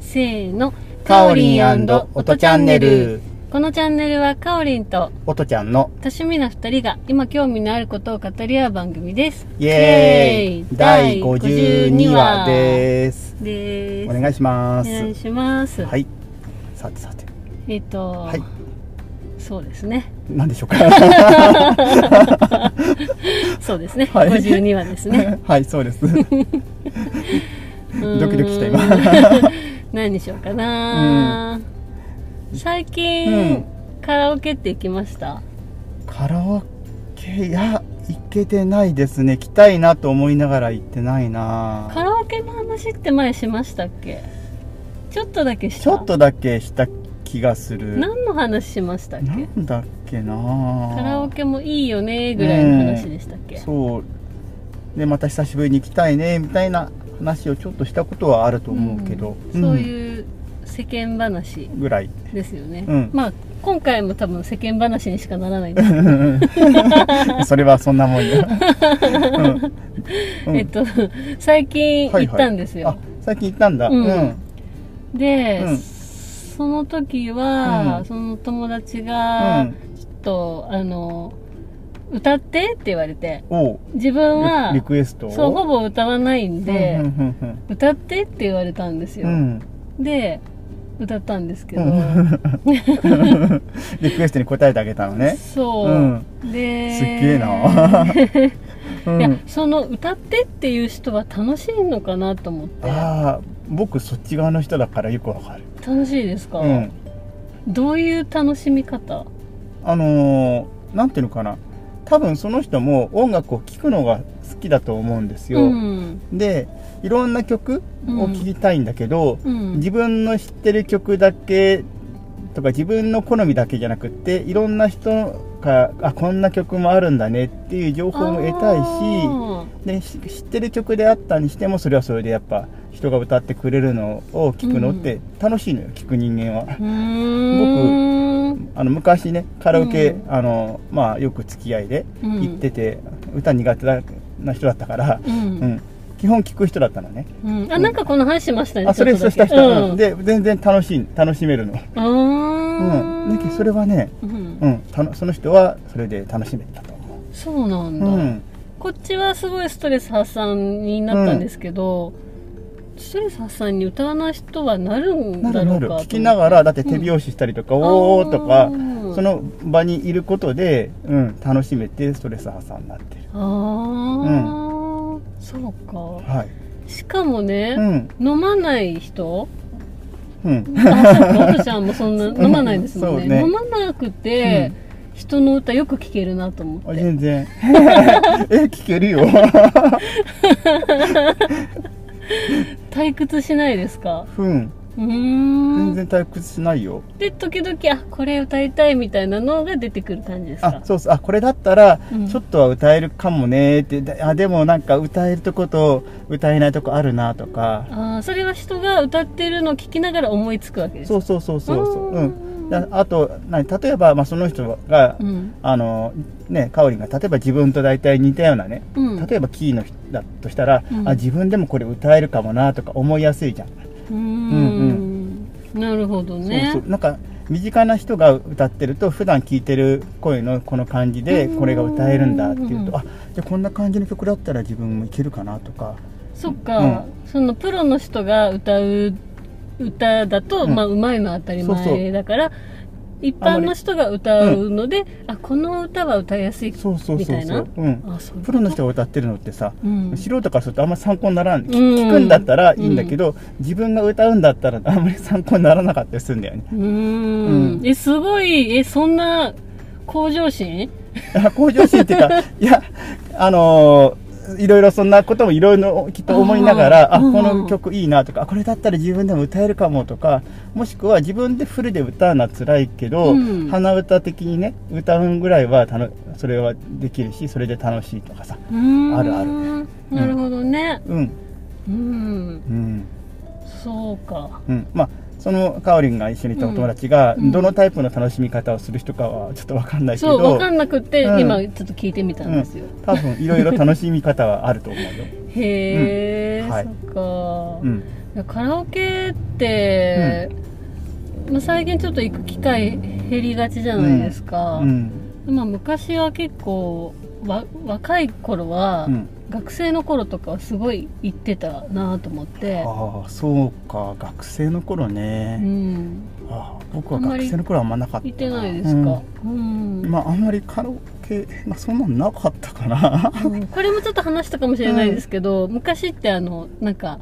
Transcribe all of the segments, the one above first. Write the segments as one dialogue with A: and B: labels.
A: せーの。
B: かおりんおとチャンネル。
A: このチャンネルはかおりんと、
B: おとちゃんの
A: としみの二人が今興味のあることを語り合う番組です。
B: イエー
A: イ
B: イ
A: エーイ
B: 第52話です。
A: で
B: お
A: す。
B: 願いします。
A: お願いします。
B: はい。さてさて。
A: えっ、と、
B: はい。
A: そうですね。
B: 何でしょうか。は
A: そうですね。
B: はい
A: 52話ですね。
B: い、そ うです。ドキ ドキした今。
A: うーん 何にしようかな、最近、
B: うん
A: カラオケって行きました
B: カラオケ、いや、行けてないですね。来たいなと思いながら行ってない
A: カ
B: な。
A: ラオケの話って前しましたっけちょっとだけした
B: ちょっとだけした気がする。
A: 何の話しましたっけ
B: なんだっけな
A: カラオケもいいよねぐらいの話でしたっけ、
B: そうでまた久しぶりに行きたいねみたいな話をちょっとしたことはあると思うけど、
A: うんそう
B: う
A: いう世間話
B: んぐらい
A: ですよね、
B: うん
A: まあ今回も多分世間話にしかならないんですけど、
B: それはそん なもんや、うんうん
A: えっと最近行ったんですよ、
B: あ最近行ったんだ
A: う
B: うんん、
A: で、
B: うん
A: その時は、
B: うん
A: その友達
B: う
A: が
B: ん
A: ちょっと、あの歌ってって言われて
B: おう
A: 自分は
B: リリクエストを
A: そうほぼ歌わないんで、
B: うんうん
A: 歌ってって言われたんです
B: うんう
A: よ、
B: ん
A: で歌ったんですけど、
B: うん リクエストに答えてあげたのね
A: そう、
B: うん
A: です
B: っげえなう ん
A: いやその歌ってっていう人は楽しいのかなと思って
B: ああ僕そっち側の人だからよくわかる
A: 楽しいですか、
B: うん
A: どういう楽しみ方
B: あのーなんていうのかな多分その人も音楽を聴くのが好きだと思うんですよ、
A: うん
B: でいろんな曲を聴きたいんだけど、
A: うん
B: 自分の知ってる曲だけとか自分の好みだけじゃなくっていろんな人があこんな曲もあるんだねっていう情報も得たいし
A: あ
B: でし知ってる曲であったにしてもそれはそれでやっぱ人が歌ってくれるのを聴くのって楽しいのよ聴く人間は
A: ー。うーん
B: あの昔ねカラオケ、
A: う
B: あのまあ、よく付き合いで
A: うん
B: 行ってて、歌苦手な人だったから、
A: う
B: うんん、基本聞く人だったのね
A: うんあなんかこの話しましたね
B: あそれ
A: ちょ
B: そ
A: っ
B: した
A: とだけ
B: した、うん
A: うん
B: で全然楽しい楽しめるの、
A: あ
B: う
A: ー
B: ん、でそれはね、
A: うん
B: うん、たのその人はそれで楽しめたと思
A: そうなん
B: う、
A: だ、
B: うん、
A: こっちはすごいストレス発散になったんですけど、ストレス発散に歌わない人はなるん
B: な
A: だ
B: る
A: ろ
B: な
A: うか
B: る
A: と思って
B: 聞きながらだって手拍子したりとか、
A: うん
B: おおとか
A: あー
B: その場にいることで、うん、楽しめてストレス発散になってる
A: ああ、そうか
B: はい、
A: しかもね
B: う、ん
A: 飲まない 人
B: うん、
A: あそうかおとちゃんもそんな飲まないですもんね
B: そうね
A: 飲まなくて、人の歌よく聴けるなと思
B: あ
A: って
B: 全然え聞けるよ
A: 退屈しないですか
B: うん、
A: うー
B: 全
A: ん
B: 然退屈しないよ。
A: で時々あこれ歌いたいみたいなのが出てくる感じです
B: あ
A: か、
B: そうそう、あ、これだったら
A: うん、
B: ちょっとは歌えるかもねって、であ、でもなんか歌えるとこと歌えないとこあるなとか。
A: あーそれは人が歌ってるのを聞きながら思いつくわけです
B: そうそうそうそうそう。
A: あ
B: う
A: ー
B: ん。だあと、なに例えば、まあ、その人が、
A: うん
B: あの、ね、かおりんが、例えば自分と大体似たようなね、
A: うん
B: 例えばキーの人だとしたら、
A: うん
B: あ、自分でもこれ歌えるかもなとか思いやすいじゃん。
A: うーん
B: ん
A: なるほどね
B: そうそうなんか身近な人が歌ってると普段聴いてる声のこの感じで
A: うん
B: これが歌えるんだっていう
A: うん
B: とあじゃあこんな感じの曲だったら自分もいけるかなとか
A: そっか、そのプロの人が歌う歌だと、
B: うん
A: まあうまいのは当たり
B: そうそ
A: 前
B: う
A: だから一般の人が歌うので、あこの歌は歌いやすい
B: そうそう
A: み
B: そ
A: た
B: う
A: い
B: そ
A: な
B: う、うん、
A: あそういうこと
B: プロの人が歌ってるのってさ、
A: うん
B: 素人からするとあんまり参考にならん、聞
A: うん
B: 聞くんだったらいいんだけど、自分が歌うんだったらあんまり参考にならなかったりするんだよね
A: うーん
B: うん
A: えすごいえそんな向上心
B: あ向上心ってい うかいやあのーいろいろそんなこともいろいろきっと思いながら
A: あ
B: あ
A: ー
B: こ
A: うん
B: の曲いいなとかあこれだったら自分でも歌えるかもとかもしくは自分でフルで歌うのは辛いけど、
A: うん
B: 鼻歌的にね歌うぐらいはたのそれはできるしそれで楽しいとかさ
A: うーん
B: あるある
A: なるほどね
B: うん
A: うん
B: うん
A: そうか
B: うんまあそのかおりんが一緒にいたお友達が、
A: うん
B: どのタイプの楽しみ方をする人かはちょっとわかんないけ
A: そう
B: ど
A: 分かんなくって、
B: うん
A: 今ちょっと聞いてみたんですよ、
B: 多 分いろいろ楽しみ方はあると思うよ、
A: へえ、
B: うんはい
A: そっか、
B: うん、
A: いやカラオケって、まあ、最近ちょっと行く機会減りがちじゃないですか、
B: うん
A: まあ、昔は結構わ若い頃は、
B: うん、
A: 学生の頃とかはすごい行ってたなと思って、
B: ああそうか学生の頃
A: う
B: ね、
A: ん、
B: ああ僕は
A: あんま
B: 学
A: り
B: 生の頃はあんまなかった
A: 行ってないですか、うん
B: うんまああんまりカラオケ、まあ、そんなのなかった かな
A: うんこれもちょっと話したかもしれないですけど、昔ってあのなんか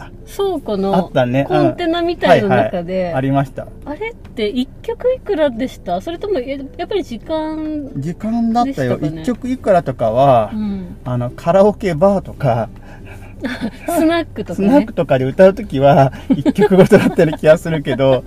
B: あ
A: 倉庫
B: あ
A: の
B: ったね
A: コンテナみたいの中で、
B: ありました
A: あれって1曲いくらでしたそれともややっぱり時間
B: 時間だったよ
A: でしたかね
B: 一曲いくらとかは、
A: うん、
B: あのカラオケバーとか
A: スナックとか
B: スナッ
A: ね
B: クとかで歌うとき は一曲ごとだったような気がするけど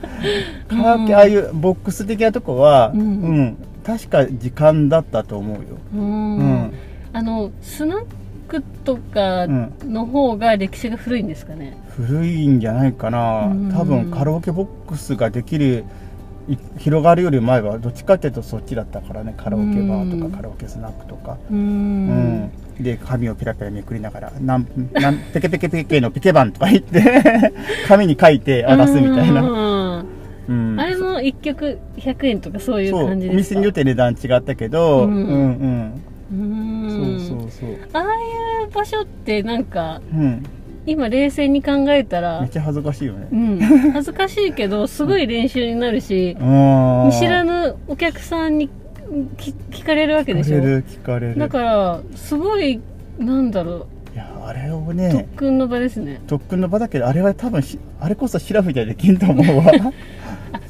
B: カラオケああいうボックス的なとこは、
A: う
B: うんん確か時間だったと思うよ、
A: う
B: うん
A: ん、あのスナックとか
B: うん
A: の方が歴史が古いんですかね、
B: 古いんじゃないかな、
A: うん
B: 多分カラオケボックスができるい広がるより前はどっちかっていうとそっちだったからねカラオケバーとか、
A: うん
B: カラオケスナックとか、
A: うーん
B: うん、で髪をペラペラめくりながら「なんなんペケペケペケのペケバン」とか言って 紙に書いて渡すみたいな、
A: な、
B: うん
A: あれも1曲100円とかそういう
B: そうお
A: 感じですか
B: 店によって値段違ったけ
A: う
B: ど、うんん、うん
A: うーん
B: そうそうそう、
A: ああいう場所ってなんか
B: うん、
A: 今冷静に考えた
B: めっ
A: ら、
B: ちゃ恥ずかしいよ
A: う
B: ね、
A: ん、恥ずかしいけどすごい練習になるし
B: うん、
A: 見知らぬお客さんにき聞かれるわけでし
B: 聞かれ
A: ょ
B: る聞かれる
A: だからすごいなんだろ
B: いやあれを
A: う特
B: ね
A: 訓の場ですね
B: 特訓の場だけどあれは多分しあれこそシラフじゃできんと思うわ
A: あ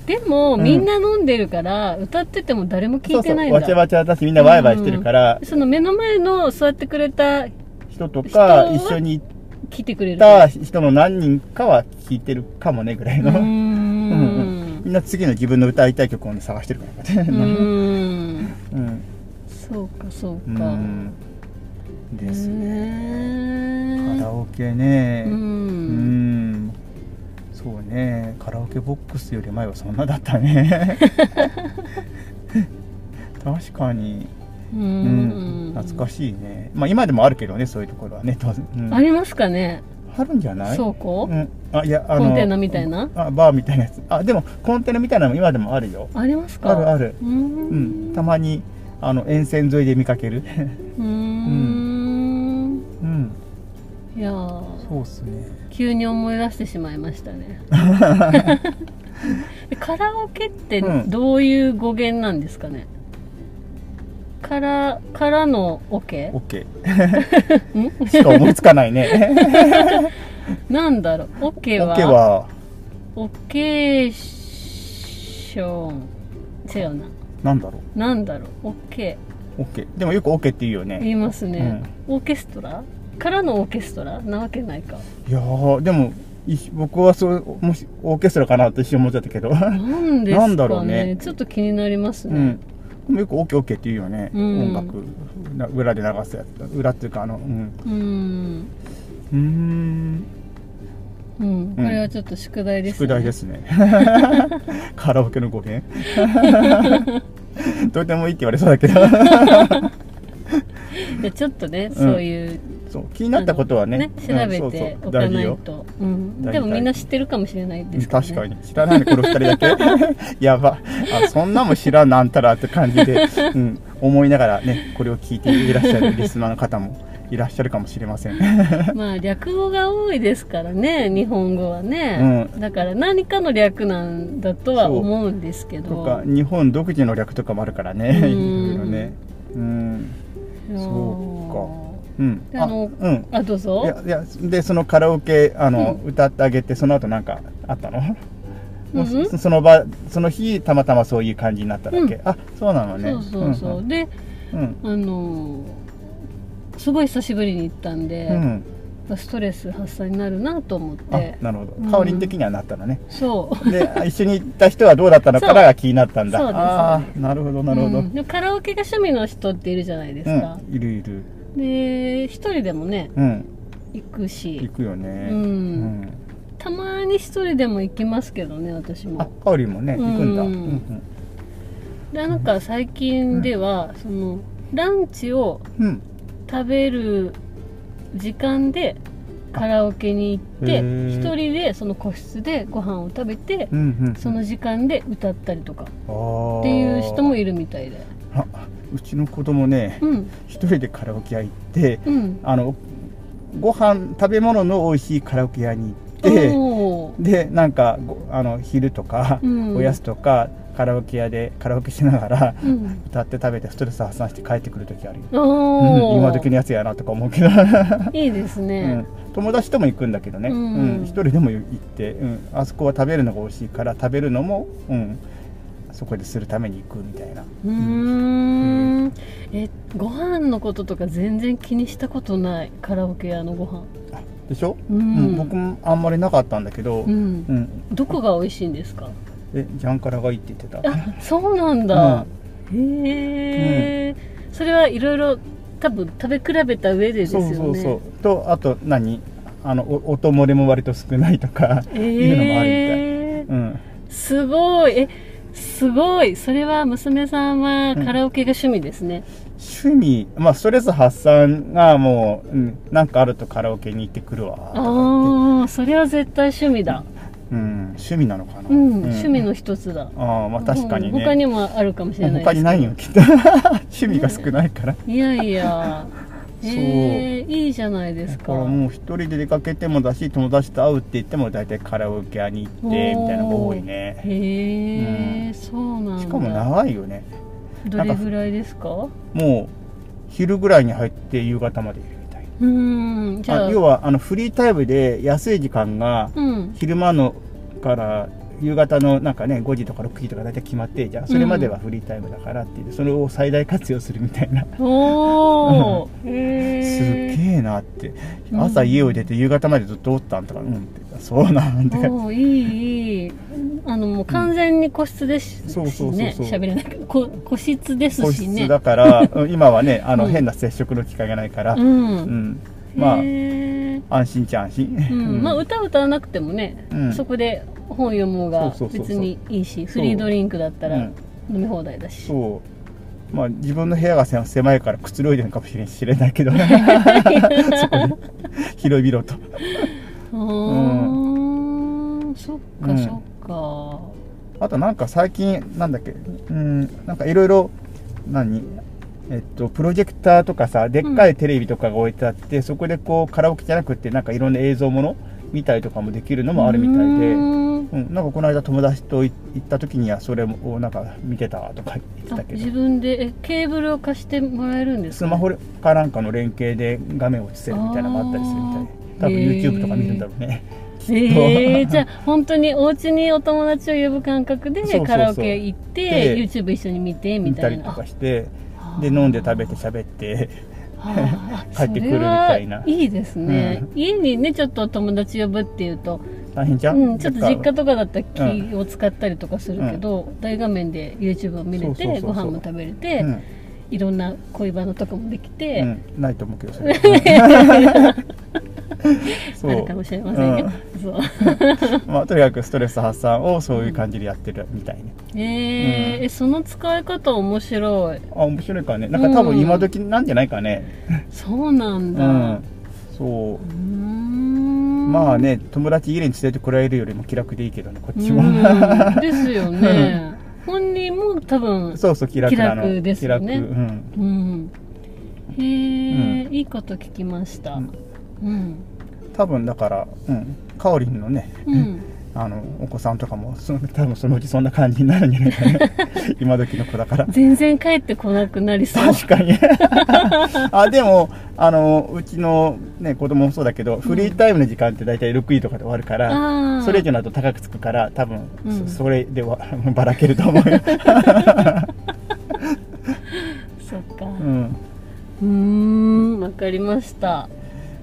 A: でも、
B: うん
A: みんな飲んでるから歌ってても誰も 聞いてないん
B: そうそう
A: だ
B: わちゃわちゃだしみんなワイワイしてるから、
A: その目の前の座ってくれた
B: 人と
A: 人は
B: か一緒に行っ
A: 来てくれる
B: た人の何人かは聞いてるかもねぐらいう
A: ー
B: の、
A: ん
B: みんな次の自分の歌いたい曲を、ね、探してるからね。
A: うーん
B: うん。
A: そうかそう
B: う
A: か、
B: ん。ですね。カ
A: ね
B: ラオケね。
A: う、
B: うんん。そうね。カラオケボックスより前はそんなだっ たね。確かに。
A: う
B: うん。
A: ん
B: 懐かしいね。まあ今でもあるけどね、そういうところはね、当然。うん
A: ありますかね
B: あるんじゃない
A: 倉庫、
B: うん。あ、いや、あの。
A: コンテナみたいな
B: あ、バーみたいなやつ。あ、でも、コンテナみたいなのも今でもあるよ。
A: ありますか
B: あるある。
A: うー
B: うんん、たまにあの沿線沿いで見かける、
A: うーん
B: うん、
A: いやー
B: そうっすね
A: 急に思い出してしまいました ねカラオケって
B: うん
A: どういう語源なんですかね、からからのオケ
B: OK
A: ん
B: しか思いつかないね
A: なんだろうオケ
B: OK
A: は
B: は
A: オケーション違うな
B: なんだろ
A: なんだろうオケ
B: う OK でもよく OK って言うよね
A: 言いますね、オーケストラからのオーケストラなわけないか
B: いやーでもい僕はそうもしオーケストラかなと一瞬思っちゃったけど、
A: なんですかね
B: なんだろうね
A: ちょっと気になります
B: う
A: ね
B: ん、でもよく OKOK、OK って言うよね、
A: うん
B: 音楽な裏で流すやつ裏っていうかあのうん
A: うん
B: うーん
A: うん、これはちょっと宿題です、ね、
B: 宿題です ねカラオケの語源 どうでもいいって言われそうだけど
A: いやちょっとね、そういう
B: そう気になったことはね
A: あの
B: う
A: 調
B: ん
A: べ
B: そうそう
A: ておか
B: 大事
A: ない
B: よ
A: と、うん、
B: 大事
A: でもみんな知ってるかもしれないですから、ね、
B: 確かに知らないのこの 2人だけやばあそんなもん知らんなんたらって感じで、うん、思いながらねこれを聞いていらっしゃるリスナーの方もいらっしゃるかもしれません
A: まあ略語が多いですからね日本語はね、
B: う
A: だから何かの略なんだとは思うんですけ
B: と
A: ど
B: か日本独自の略とかもあるからね
A: うん
B: いろいろねうん
A: いやー
B: そうん
A: であの
B: うん
A: あどうぞ
B: いやいやでそのカラオケあの、歌ってあげてその後なんかあったの、もう
A: うん
B: そその場その日たまたまそういう感じになっただけ、あそうなのね
A: そうそうそう、
B: ん
A: で
B: うん
A: あのーすごい久しぶりに行ったんで
B: う、ん
A: ストレス発散になるなと思っ
B: あ
A: て
B: なるほ
A: うん
B: ど香り的にはなったのね、
A: そう
B: で 一緒に行った人はどうだったのからが気になったんだ
A: そうそうです
B: ああなるほどなるほど、
A: う
B: うんん
A: でもカラオケが趣味の人っているじゃないですか、
B: いるいる
A: で一人でもね
B: うん
A: 行く
B: 行
A: し
B: くよね
A: うん
B: うん
A: たまに一人でも行きますけどね私
B: あ
A: も
B: 香りもね
A: うん
B: 行くんだ、うん
A: でなんか最近では、そのランチを
B: うんうん
A: 食べる時間でカラオケに行って
B: へー
A: 一人でその個室でご飯を食べて
B: うんうんうん、
A: その時間で歌ったりとかっ
B: って
A: いう人もいるみたいで
B: あうちの子供ね
A: うん
B: 一人でカラオケ屋行って
A: うん
B: あのご飯食べ物の美味しいカラオケ屋に行って
A: おー
B: でなんかごあの昼とか、
A: うん
B: おやつとかカラオケ屋でカラオケしながら
A: うん
B: 歌って食べてストレス発散して帰ってくる時あるよ、うん
A: おー
B: 今時のやつやなとか思うけど、
A: いいです
B: う
A: ね
B: ん、友達とも行くんだけどね、
A: うん
B: うん一人でも行って、うん、あそこは食べるのが美味しいから食べるのも、うん、そこでするために行くみたいな
A: うーんえご飯のこととか全然気にしたことないカラオケ屋のご飯
B: でしょ、
A: うん
B: うん僕もあんまりなかったんだけど、
A: う
B: うん
A: んどこが美味しいんですか
B: えジャンカラがいいって言ってた
A: あそうなんだ、へえ、それはいろいろ多分食べ比べた上でです
B: そ
A: よ
B: う
A: ね
B: そうそうとあと何あのお音漏れも割と少ないとか、いうのもあるみたい、
A: えー、
B: うん、
A: すごいえすごいそれは娘さんは
B: うん
A: カラオケが趣味ですね、
B: 趣味、まあ、ストレス発散がもう、うん、なんかあるとカラオケに行ってくるわとか言って
A: ああそれは絶対趣味だ
B: うん、趣味なのかな、
A: うん、
B: うん
A: 趣味の一つだ
B: ああまあ確かに
A: う
B: ね
A: ん他にもあるかもしれないです
B: 他にないよきっと 趣味が少ないから、
A: いやいや
B: そう
A: えー、いいじゃないです
B: だ
A: か
B: からもう一人で出かけてもだし友達と会うって言っても大体カラオケ屋に行ってみたいなのが多いね
A: へえ、
B: うん
A: そうなんだ
B: しかも長いよね
A: どれぐらいですか
B: もう昼ぐらいに入って夕方までいるみたいな
A: うーんじゃあ
B: あ要はあのフリータイムで安い時間が
A: うん
B: 昼間のから夕方のなんかね5時とか6時とか大体決まってじゃあそれまではフリータイムだからっていう、それを最大活用するみたいな、
A: おお、
B: すっ
A: へ
B: げえなって
A: うん
B: 朝家を出て夕方までずっとおったんとかうんってそうなんて
A: えおおいいいいあのもう完全に個室ですし
B: そうそうそうそう
A: ね喋れないけどこ個室です
B: 個
A: しね
B: 室だから、うん今はねあの、
A: うん
B: 変な接触の機会がないから、
A: う
B: うん
A: ん、
B: まあ
A: へえ
B: 安心っちゃ安心、
A: うん、まあ
B: うん
A: 歌歌わなくてもね、
B: うん
A: そこで本読もうが
B: そうそうそうそう
A: 別にいいしフリードリンクだった
B: う
A: ら
B: ん
A: 飲み放題だし、
B: そうまあ自分の部屋が狭狭いからくつろいでるかもしれんしれな いけどそこで広々と
A: うーんそっ
B: う
A: か
B: ん
A: そっか、
B: あとなんか最近なんだっけうんなんかいろいろ何えっと、プロジェクターとかさでっかいテレビとかが置いてあって、そこでこうカラオケじゃなくてなんかいろんな映像もの見たりとかもできるのもあるみたいで
A: うーん
B: うん、なんかこの間友達とい行った時にはそれをなんか見てたとか言って
A: あ
B: たけ
A: 自
B: ど
A: 分でえケーブルを貸してもらえるんです
B: ス
A: か、
B: マホかなんかの連携で画面を映せるみたいなのがあったりするみたいで
A: あー
B: 多分 YouTube とか見るんだろうね、
A: えー、じゃあ本当にお家にお友達を呼ぶ感覚で
B: そうそうそう
A: カラオケ行って
B: で
A: YouTube 一緒に見てみ
B: 見
A: た
B: た
A: い
B: り
A: な
B: とかしてで飲んで食べて喋って
A: あー
B: 帰ってくるみたいな
A: それはいいですね、家にねちょっとお友達呼ぶっていうと、
B: 大変じゃん、
A: うん、ちょっと実家
B: と
A: とかだったら気を使ったりとかするけど、大画面で YouTube を見れて
B: そうそうそうそ
A: ご
B: う
A: 飯も食べれて、
B: うん
A: いろんな恋バナとかもできて、
B: うん、ないと思うけどそ れそ
A: ある
B: う
A: かもしれませんよ、 そう
B: まあ、とにかくストレス発散をそういう感じでやってるみたいね、
A: えー
B: うん
A: えその使い方面白い
B: あ面白いからねなんか多分今時なんじゃないかね
A: そうなん
B: う
A: だ、
B: ん、そう
A: うーん
B: まあね友達家に連れてこられるよりも気楽でいいけどねこ
A: う
B: っちも
A: ーんですよね本人も多分
B: そうそう気楽なの
A: 気楽ですよね
B: 気楽うん
A: うんへえ、
B: う
A: いいこと聞きました
B: うん
A: うん
B: 多分だからうんかおりんのね
A: うん
B: あのお子さんとかもその多分そのうちそんな感じになるんじゃないか ね今時の子だから
A: 全然帰ってこなくなりそう
B: 確か にあでもあのうちの、ね、子供もそうだけど、フリータイムの時間って大体6時とかで終わるから
A: ああ
B: それ以上になると高くつくから多分、
A: う
B: そ
A: ん
B: それでわ ばらける と思うよ、
A: そっか
B: う、
A: うんーんわかりました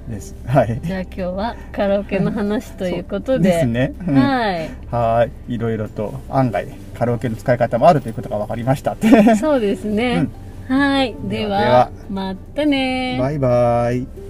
B: ですはい
A: じゃあ今日はカラオケの話ということ
B: そうで
A: です
B: ねうん
A: はい
B: はい、いろいろと案外カラオケの使い方もあるということが分かりました。バ
A: そうですね、はいでは
B: では
A: またね
B: イバイ。